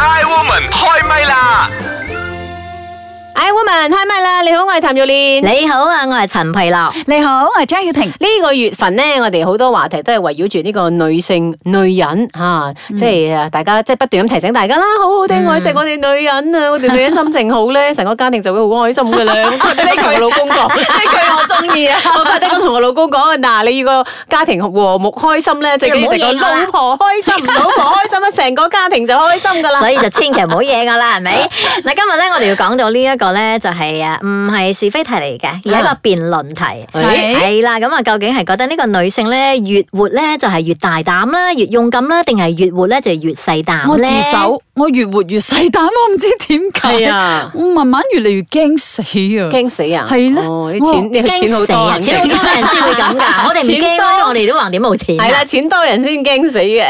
I Woman 開唛啦！ I Woman 開唛啦！你好，我係譚玉蓮。 你好啊，我係陳皮樂。你好，我係張曉婷。呢個月份咧，我哋好多話題都係圍繞住呢個女性、女人吓、啊即係啊，大家即係不斷咁提醒大家啦，好好地愛錫我哋女人啊，我哋女人心情 好咧，成個家庭就會好開心噶啦。我覺得呢同 我老公講，呢句我中意啊！我覺得咁同我老公講，嗱，你要個家庭和睦開心咧，最緊要就係個唔好惹我啦老婆開心，老婆開心咧，成個家庭就開心噶啦。所以就千祈唔好嘢噶啦，係咪？嗱，今日咧我哋要講到呢一個咧，就係啊，唔係是非題嚟嘅，而係一個辯論題。係係啦，咁啊，究竟係覺得呢個女性咧越活咧就係越大膽啦，越勇敢啦，定係越活咧就越細膽我咧？自首，我越活越細膽，我唔知點解。係啊我慢慢越嚟越驚死啊！驚死啊！係咧哦你哇錢你驚錢好死多啊！肯定錢 好多人先會咁㗎，我哋唔錢驚多咧，我哋都橫掂冇錢㗎。係啦，錢多人先驚死 嘅。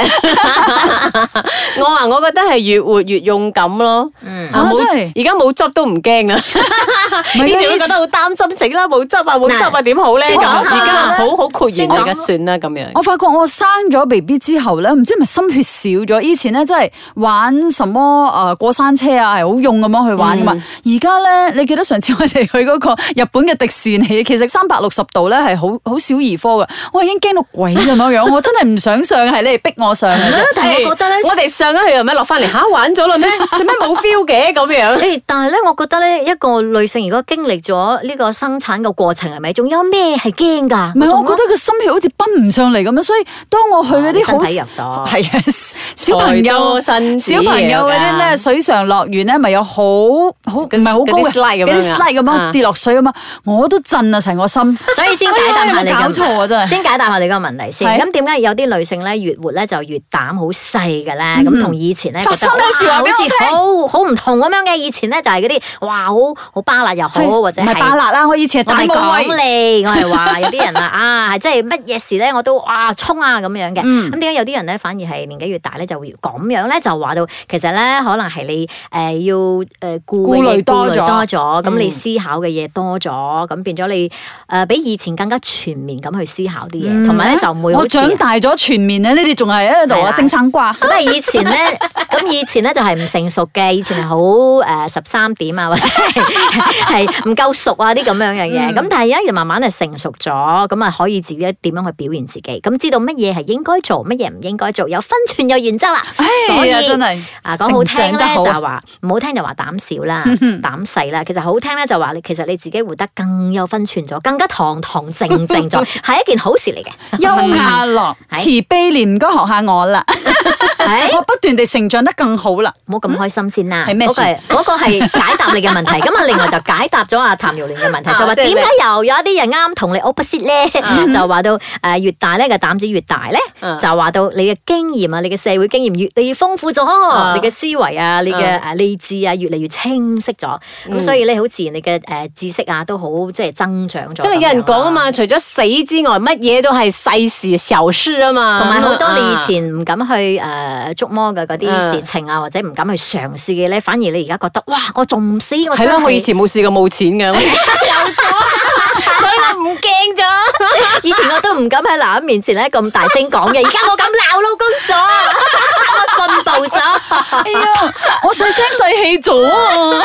我話我覺得係越活越勇敢咯。嗯啊啊冇真係而家冇執都唔驚 啦。唔係啊以前會覺前得好擔心，死啦冇執啊冇執啊嗱點好咧？先講而下家啦好好豁然先講嚟嘅，算啦咁樣。我發覺我生咗 B B 之後咧，唔知係咪心血少咗？以前咧真係玩什麼誒、呃、過山車啊，係好用咁樣去玩噶嘛。嗯而家咧，你記得上次我哋去嗰個 日本嘅迪士尼，其實三百六十度咧係好好小兒科嘅，我已經驚到鬼咁樣樣，我真係唔想上，係你哋逼我上嘅 啫。但係我覺得咧誒我哋上咗去又咩落翻嚟吓玩咗 啦咩？做咩冇 feel 嘅咁樣？誒，但係咧，我覺得咧，一個女性如果經歷咗呢個生產嘅過程，係咪仲有咩係驚㗎？唔係，我仲覺得個心血好似奔唔上嚟咁樣，所以當我去嗰啲哦啊身好體弱咗係啊，小朋友太多新知小朋友嗰啲嘢㗎咩水上樂園咧，咪有好嗰啲嗰啲好唔係好高嘅 slide 咁樣嗰啲啊 slide 咁啊樣跌落水咁啊，我都震啊成個心。 所以先解答下你 哎呀有冇搞嘅錯啊真係先解答下你個問題先。係咁點解有啲女性咧越活咧就越膽好細嘅咧？咁同以前咧覺嗯發得生咩事哇話好俾我似聽好好唔同咁樣嘅。以前咧就係嗰啲哇好好巴辣又好，或者唔係巴係。辣啦，我以前係我大咪講冇胃。你，我係話有啲人啊， 啊，係真係乜嘢事咧，我都哇衝啊咁樣嘅。嗯咁點解有啲人咧反而係年紀越大咧就會咁樣咧？就話到其實咧，可能係你誒、呃要誒、呃、顧嘅嘢顧慮多顧咗慮多咗，咁你嗯思考嘅嘢多咗，咁變咗你誒、呃比以前更加全面咁去思考啲嘢，嗯同埋咧就唔會好我似長大咗全面咧，你哋仲係喺度係啊啦蒸生瓜。咁啊！以前 咧，咁以前咧就係唔成熟嘅，以前係好誒十三點啊，或者係 係唔夠熟啊啲咁樣樣嘢。嗯咁、但係而家就慢慢係成熟咗，咁啊可以自己點樣去表現自己，咁知道乜嘢係應該做，乜嘢唔應該做，有分寸有原則啦。所哎以呀，真係啊，講好聽成長得咧就好嗯係話唔好聽就話膽小啦、膽細啦，其實好聽咧就話你其實你自己活得更有分寸咗，更加堂堂正正咗，係一件好事嚟嘅。優雅樂、係慈悲憐，唔該學下我啦，係我不斷地成長得更好啦。唔好嗯咁開心先啦。係咩嗰個係 嗰個係解答你嘅 問題。咁啊，另外就解答咗阿譚耀蓮嘅問題，就啊話即係點你解又有一啲人啱同你 opposite 咧？就話到誒越大咧個膽子越大咧啊，就話到你嘅經驗啊，你嘅社會經驗越嚟越豐富咗啊，嗯你嘅思維啊，你嘅誒理智啊越嚟越清晰咗。咁所以咧，好自然你嘅誒知識啊都好即係增長咗。即係有人講啊。嘛，除咗死之外，乜嘢都係世事小事啊嘛。同埋好多你以啊前唔敢去誒、呃、觸摸嘅嗰啲嗯事情啊，或者唔敢去嘗試嘅咧，反而你而家覺得哇，我仲唔死，我係真啦，係我以前冇試過冇錢嘅，我而家 有咗，所以我唔驚咗。啊以前我都唔敢喺男人面前咧咁大聲講 嘅，而家我敢鬧老公咗， 我進步咗。哎呀，我細聲細氣咗啊！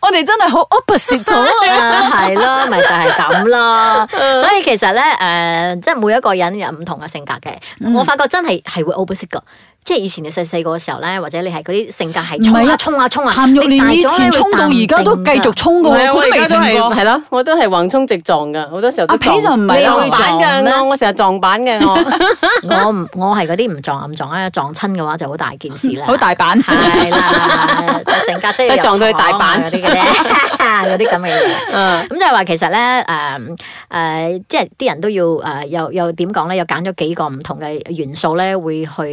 我哋真係好 opposite 咗 啊。啊，係咯，咪就係咁咯。嗯所以其實咧，誒、即係每一個人有唔同嘅性格嘅。嗯我發覺真係係會 opposite 噶。即係以前你細細個嘅時候咧，或者你係嗰啲性格係衝唔係啊啊衝啊衝啊，譚玉你大蓮以咗咧會前衝到而家都淡定繼㗎續衝噶唔喎，係啊佢我而都未家都停係過。係咯，我都係橫衝直撞噶，好多時候都阿皮就唔係啊撞會撞板咩啊㗎，我我成日撞板嘅 我。我唔我係嗰啲唔撞暗撞咧，撞親嘅話就好大件事啦。好大版，係啦，成架車 即啊係撞到去大阪嗰啲嘅咧， 嗰啲咁嘅嘢。嗯咁就係話其實咧，誒、誒、即係啲人都要誒、又又點講咧？又揀咗幾個唔同嘅元素咧，會去誒，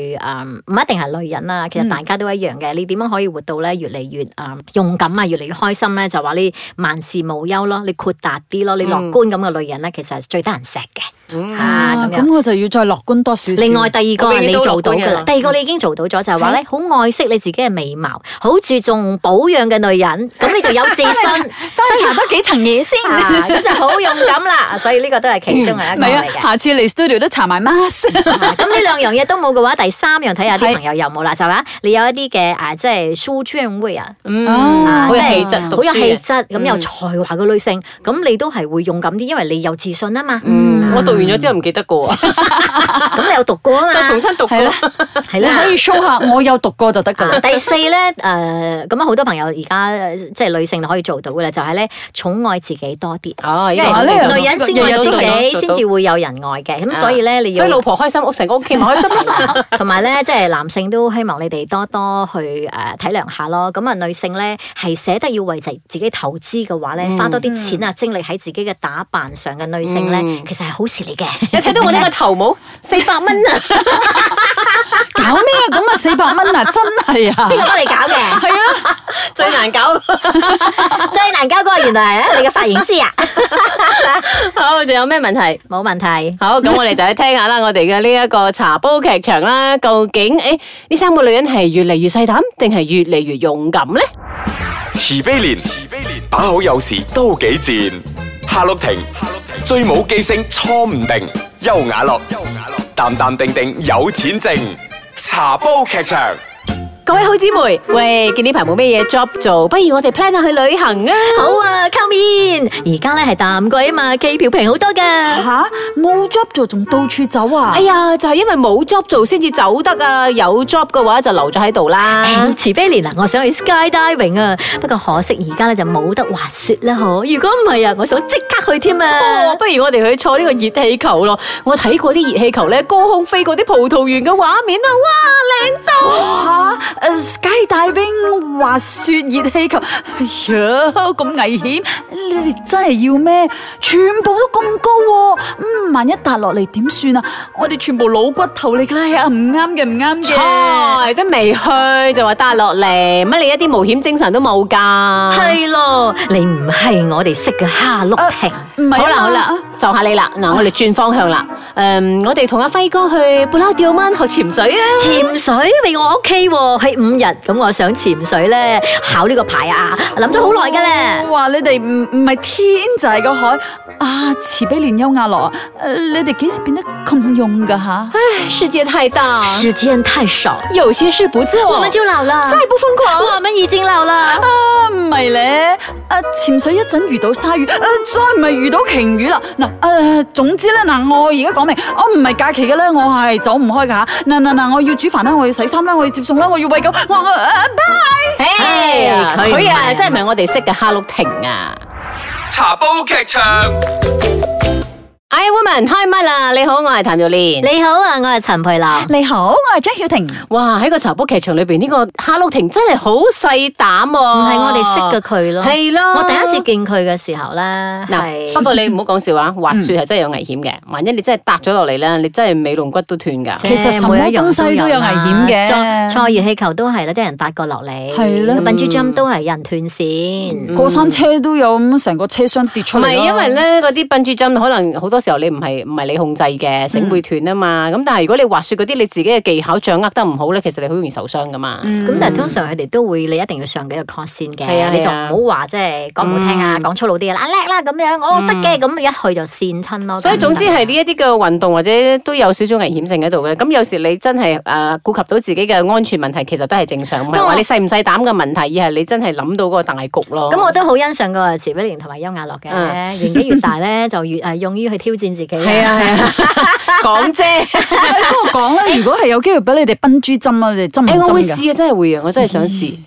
唔、一定係女人啦，嗯其實大家都一樣嘅。你點樣可以活到咧越嚟越誒、勇敢啊，越嚟越開心嗯咧？就話你萬事無憂咯，你豁達啲咯，你樂觀咁嘅女人咧，其實係最得人錫嘅。啊啊咁樣咁我就要再樂觀多少少。另外第二個我永係遠你都做到樂觀㗎嘅啦啦，第二個你已經做到咗，就係話咧好愛惜你自己嘅美貌，好注重保養嘅女人，咁你就有 自信，翻去查多幾層嘢先。啊咁就好勇 敢啦。所以呢個都係其中嘅嗯一唔個係啊嚟，嘅。下次嚟 studio 都查埋 mask。啊咁呢兩樣嘢都冇嘅話，第三樣睇下啲係朋友有冇啦，就係話你有一啲嘅啊，即係書專會啊。嗯，啊好有即係氣質，讀好有書氣嘅。質，咁嗯有才華嘅女性，咁你都係會勇敢啲，因為你有自信啊嘛。嗯，我讀完咗之後唔記得過啊，咁你有讀 過啊嘛，再重新讀過係。啦，係 你啦可以 show 下我有讀過就得㗎啊啦。第四咧，誒咁啊，好多朋友而家呃即係女性可以做到嘅咧，就係咧寵愛自己多啲，哦，因呢個啊呢我樣做到為女人先愛日日都做到自己，做先到啊至會有人愛嘅。咁所以咧，你所以老要婆開心，屋成個屋企咪開心咯。 同埋咧，即係男性都希望你哋多多去誒體諒下咯。咁啊，女性咧係捨得要為自自己投資嘅話嗯咧，花多啲錢啊精力喺自己嘅打扮上嘅女性咧嗯，其實係好事嚟嘅。 你睇到我呢個頭冇？四百蚊啊！搞咩啊？咁啊四百蚊啊，真係 啊！邊個幫你搞嘅？係啊，最難 搞。最難搞嗰個原來係你嘅髮型師啊！好，仲有咩問題？冇問題，好，咁我哋就去聽下啦，我哋嘅呢一個茶煲劇場啦，究竟诶呢三個女人係越嚟越細膽，定係越嚟越勇敢咧？慈悲蓮，慈悲蓮，把口有時都幾賤。夏綠庭，夏綠庭，最冇記性錯唔定。優雅樂，優雅樂，淡淡定定有錢剩。茶煲劇場，各位好姊妹，喂，見呢排冇咩嘢 job 做，不如我哋 plan 下去旅行啊！好啊，come in。而家咧係淡季啊嘛，機票平好多噶。吓冇 job 做仲到處走啊哎！呀，就係因為冇 job 做先至走得啊，有 job 嘅話就留咗喺度啦。唉慈悲蓮啊，我想去 skydiving 啊，不過可惜而家咧就冇得滑雪啦，嗬。如果唔係啊，我想即刻去添哦啊。不如我哋去坐呢個熱氣球咯！我睇過啲熱氣球咧，高空飛過啲葡萄園嘅畫面啊，哇，靚到！吓誒 Ờ, skydiving 滑雪熱氣球，哎呀咁危險！你哋真係要咩？全部都咁高喎、嗯，萬一跌落嚟點算啊？我哋全部老骨頭嚟㗎，哎呀唔啱嘅，唔啱嘅。菜都未去就話帶落嚟，乜你一啲冒險精神都冇噶？係啊咯，你唔係我哋識嘅蝦碌亭。唔係啊好啦嘛好啦，就下你啦。嗱，我哋轉方向啦。诶、我哋同阿輝哥去布拉吊灣學潛水啊！潛水俾我 OK 喎，喺五日咁，我想潛水咧考呢個牌啊，諗咗好耐噶咧。我話你哋唔唔係天就係個海啊！慈悲蓮優雅樂啊，誒你哋幾時變得咁勇㗎吓？唉，世界太大，時間太少，有些事不我做們。就老了，哦再不瘋狂，我們已經老了。啊，唔係咧，啊潛水一陣遇到鯊魚，啊再唔係遇到鯨魚啦。嗱、啊，總之咧，嗱、我而家講明，我唔係假期嘅咧，我係走唔開㗎吓。嗱嗱嗱，我要煮飯啦，我要洗衫啦，我要接送啦，我要喂狗，我我啊唉唉佢唔佢係啊啊真係唔係我哋識嘅哈魯婷啊！茶煲劇場。 I woman 開唛啦！你好，我係譚玉蓮。你好啊，我係陳佩琳。你好，我係張曉婷。哇！喺個茶煲劇場裏邊，呢、個哈魯婷真係好細膽喎，唔唔係我哋識嘅佢咯。係咯。我第一次見佢嘅時候咧，係嗯嗱，不過你唔好講笑 話，滑雪係真係有危險嘅。萬一你真係搭咗落嚟咧，你真係尾龍骨都斷㗎。其實什麼每一樣東西都有危險嘅啦坐坐熱氣球都係啦，啲人搭過落嚟。係啦笨豬 jump 都係有人斷線。過山車都有咁成個車廂跌出同嚟啊埋啦，因為咧，嗰啲笨豬針可能好多時候你唔係唔係你控制嘅，繩會斷啊嗯嘛。咁但係如果你滑雪嗰啲你自己嘅技巧掌握得唔好咧，其實你好容易受傷噶嘛。咁但係通常佢哋都會，你一定要上幾個 course 先係啊嘅，你就係啊唔好話即係講唔好聽啊，嗯講粗魯啲啦，啊叻啦咁樣，我得嘅，咁一去就跣親咯。所以總之咁係呢一啲嘅運動或者都有少少危險性喺度嘅。咁有時你真係誒、呃、顧及到自己嘅安全問題，其實都係正常，唔係話你細唔細膽嘅問題，而係你真係諗到嗰個大局咯。咁我都好欣賞個慈悲蓮同埋優雅樂嘅，嗯年紀越大咧就越誒勇於去挑戰自己。係啊係 啊， 講啫。 不過講咧，如果係有機會俾你哋笨豬針啊，你哋針唔誒、我會針㗎？試啊，真係會啊，我真係想試。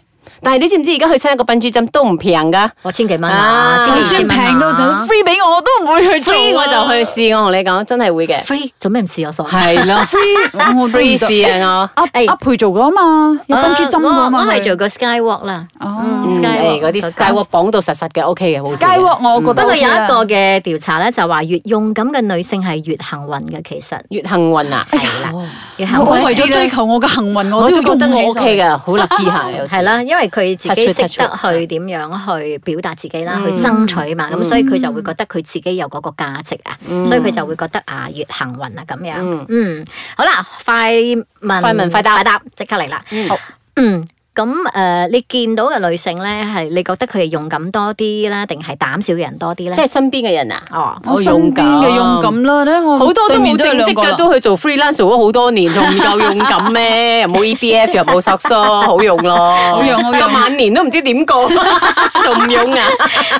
但係你知唔知而家去親一個笨豬針都唔平㗎我千幾蚊啊啊，千就幾算千蚊啊平到仲 free 俾我，我都唔會去做啊？free 我就去試，我同你講，真係會嘅。 free，做咩唔試我傻？係 咯 free，我我都唔，free 得試啊阿哎阿培做噶嘛，有啊笨豬針噶我嘛，我係佢做過 skywalk 啦。哦我。嗯嗯， Skywalk，誒嗰啲佢 skywalk 綁到實實嘅，OK 嘅，冇事嘅 Skywalk 我覺不得過有 OK 一啊個嘅調查咧，就話越勇敢嘅女性係越幸運嘅，其實越幸運啊！係啦，越幸哦我運為咗追求我嘅幸運，我我都都要覺用得我我 OK 嘅。㗎，好 lucky 下有時 係啦，因為佢自己 Touch wood, 識 touch 得 wood 去點樣去表達自己啦，去嗯爭取嘛，咁所以佢就會覺得佢自己有嗰個價值啊，所以佢就會覺得啊越行運啊咁樣嗯。嗯，好啦，快問快問快答快答，即刻嚟啦。嗯好，嗯。咁誒、呃你見到嘅女性咧，係你覺得佢哋勇敢多啲啦，定係膽小嘅人多啲咧？即係身邊嘅人啊，哦，我身邊嘅勇敢啦，咧我好多都對面冇正 有職兩個啦嘅，都去做 freelance 做咗好多年，仲唔夠勇敢咩？又冇 EBF，又冇索疏，好用咯，好用好用咁晚年都唔知點過， 仲唔用啊？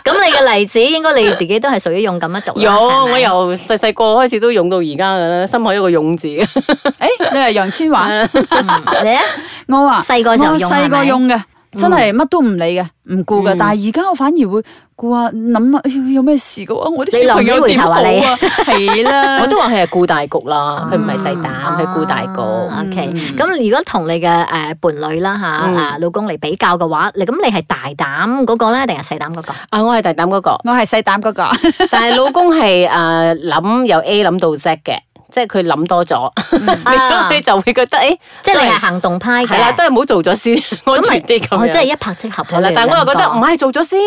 咁你嘅例子應該你自己都係屬於勇敢一族啦。有，係咪我由細細個開始都用到而家噶啦，心海有個勇字，诶，你係楊千嬅，嗯你咧我話細個就用我細係咪個用嘅，真係乜都唔理嘅，唔顧嘅。但係而家我反而會顧下諗啊，哎呀有咩事嘅話，我啲小朋友你浪子回點頭好啊啊？你 係啦，我都話佢係顧大局啦，佢唔係細膽，佢顧大哦局。 OK，咁如果同你嘅誒伴侶啦嚇嗯啊老公嚟比較嘅話，你咁你係大膽嗰個咧，定係細膽嗰個？啊，我係大膽嗰 個。我係細膽嗰個。 但係老公係诶諗由 A 諗到 Z 嘅，即係佢諗多咗，啊咁你就會覺得诶，即係你係啊係行動派係啦，嘅都。係唔好做咗先，安全啲咁我樣。真係一哦拍即合係啦，但我又覺得唔係做咗先，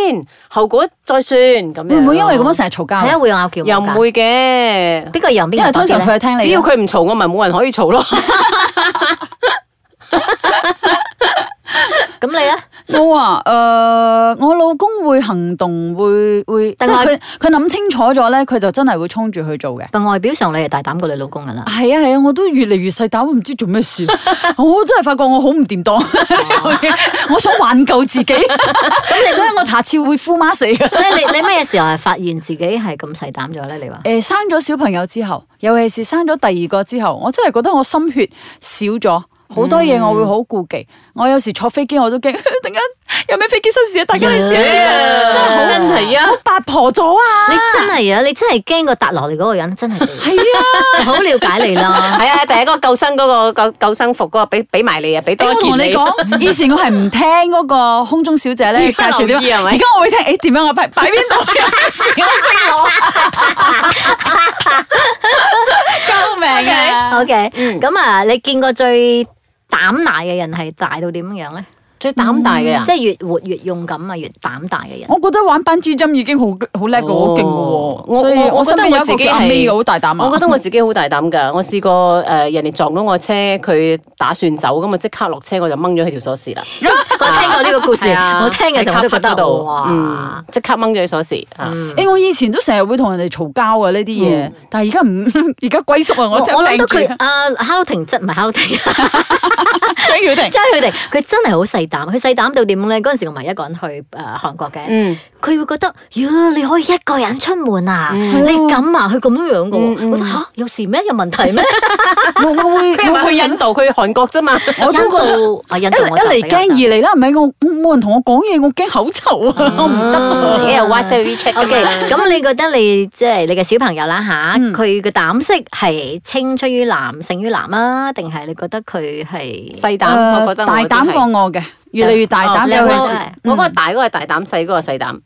後果再算咁樣咯。會唔會因為咁樣成日嘈交係啊？啊，會拗撬又唔會嘅，邊個贏邊因為個多通啲常呢佢係聽你嘅，啊只要佢唔嘈，我咪冇人可以嘈咯。 咁你咧？我話誒、我老公會行動，會會即但係係佢佢諗清楚咗咧，佢就真係會衝住去做嘅。但外表上你係大膽過你老公㗎啦。係啊係啊，我都越嚟越細膽，我唔知做咩 事。我真係發覺我好唔掂當，哦 我想挽救自己， 所以我下次會呼媽死嘅。 所以你你乜嘢時候係發現自己係咁細膽咗咧？你話？誒、生咗小朋友之後，尤其是生咗第二個之後，我真係覺得我心血少咗。好多嗯嘢我會好顧忌，我有時坐飛機我都驚， 突然間有咩飛機失事啊，大家去死啊！真係好真係啊！好八婆咗啊！你真係啊！你真係驚過搭落嚟嗰個人，真係係啊！好了解你 啦。係啊，第一個救生嗰個救救生服嗰個俾俾埋你啊，俾多 我一件同 你講，以前我係唔聽嗰個空中小姐咧而介家紹點留意樣，係咪而家我會聽，誒點樣啊我擺擺邊度 有咩事我識我，救命啊！ O K，咁啊，你見過最膽大嘅人係大到點樣咧？最膽大嘅人即。係越活越勇敢啊，越膽大嘅人。嗯我覺得玩班珠針已經好好叻嘅，好勁哦嘅喎，我所以我我身邊有我覺得我自一己個叫阿係 May 嘅好大膽啊！我覺得我自己好大膽㗎，我試過誒、呃人哋撞到我車，佢打算走，咁我即刻落車，我就掹咗佢條鎖匙啦。我聽過呢個故事，係啊我聽嘅時候我都覺喺 car park 嗰得度哇嗯，，即刻掹咗佢鎖匙啊！誒、我以前都成日會同人哋嘈交啊呢啲嘢，嗯但係而家唔 而家歸宿啊，我我真我係諗頂到住佢啊，烤婷真唔係烤婷， 張曉婷。張佢哋佢真係好細膽，佢細膽到點咧？嗰陣時我咪一個人去誒韓國嘅，嗯，佢會覺得，呀你可以一個人出門啊？你咁啊？佢咁樣樣嘅嗯喎，嗯我覺得嚇有事咩？有問題 咩？我我會佢唔係我去印度，佢去韓國啫嘛。我都覺得。印度啊，印一度我就嚟一嚟比較驚，膽二嚟啦，唔係我冇人同我講嘢，我驚口臭啊， 我唔得自啊。己有 WhatsApp WeChat 㗎 O 嘛 K，咁你覺得你即係你嘅小朋友啦吓，嗯佢嘅膽色係青出於藍勝於藍啊，定係你覺得佢係細膽，我覺得大我都係膽過我嘅，越嚟越大哦膽。你尤有其冇是嗯我嗰個大嗰個係大膽，細嗰個細膽，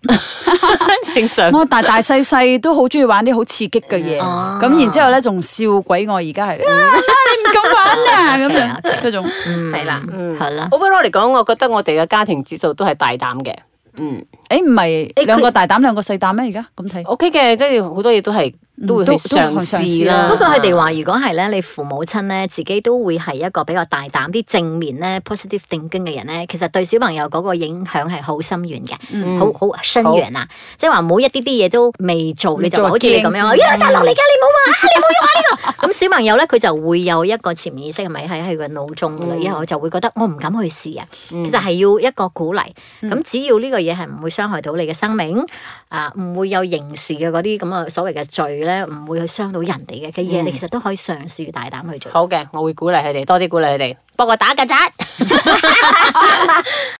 正常。我大大細細都好中意玩啲好刺激嘅嘢，哦咁然之後咧仲笑鬼我而家嗯係，啊你唔敢 玩啊咁樣 OK，OK 嗰種。嗯係啦嗯係啦。 overall 嚟講，我覺得我哋嘅家庭指數都係大膽嘅。嗯誒唔係佢兩個大膽兩個細膽咩？而家咁睇， ，OK 嘅，即係好多嘢都係都會去都嘗都去嘗試試啦。啦不過佢哋話，如果係咧，你父母親咧，自己都會係一個比較大膽啲、正面咧、positive thinking 嘅人咧，其實對小朋友嗰個影響係好深遠嘅，好好深遠啊！即係話唔好一啲啲嘢都未做，你就話好似你咁樣，哎驚先呀大陸嚟㗎，你唔好話，你唔好用啊呢個。咁小朋友咧，佢就會有一個潛意識係咪喺喺佢腦中㗎啦？以後就會覺得我唔敢去試啊。其實係要一個鼓勵，咁只要呢個嘢係唔會傷害到你嘅生命。啊，唔會有刑事嘅嗰啲咁嘅所謂嘅罪咧，唔會去傷到人哋嘅嘅嘢，你其實都可以嘗試大膽去做。好嘅，我會鼓勵佢哋，多啲鼓勵佢哋。不過打曱甴，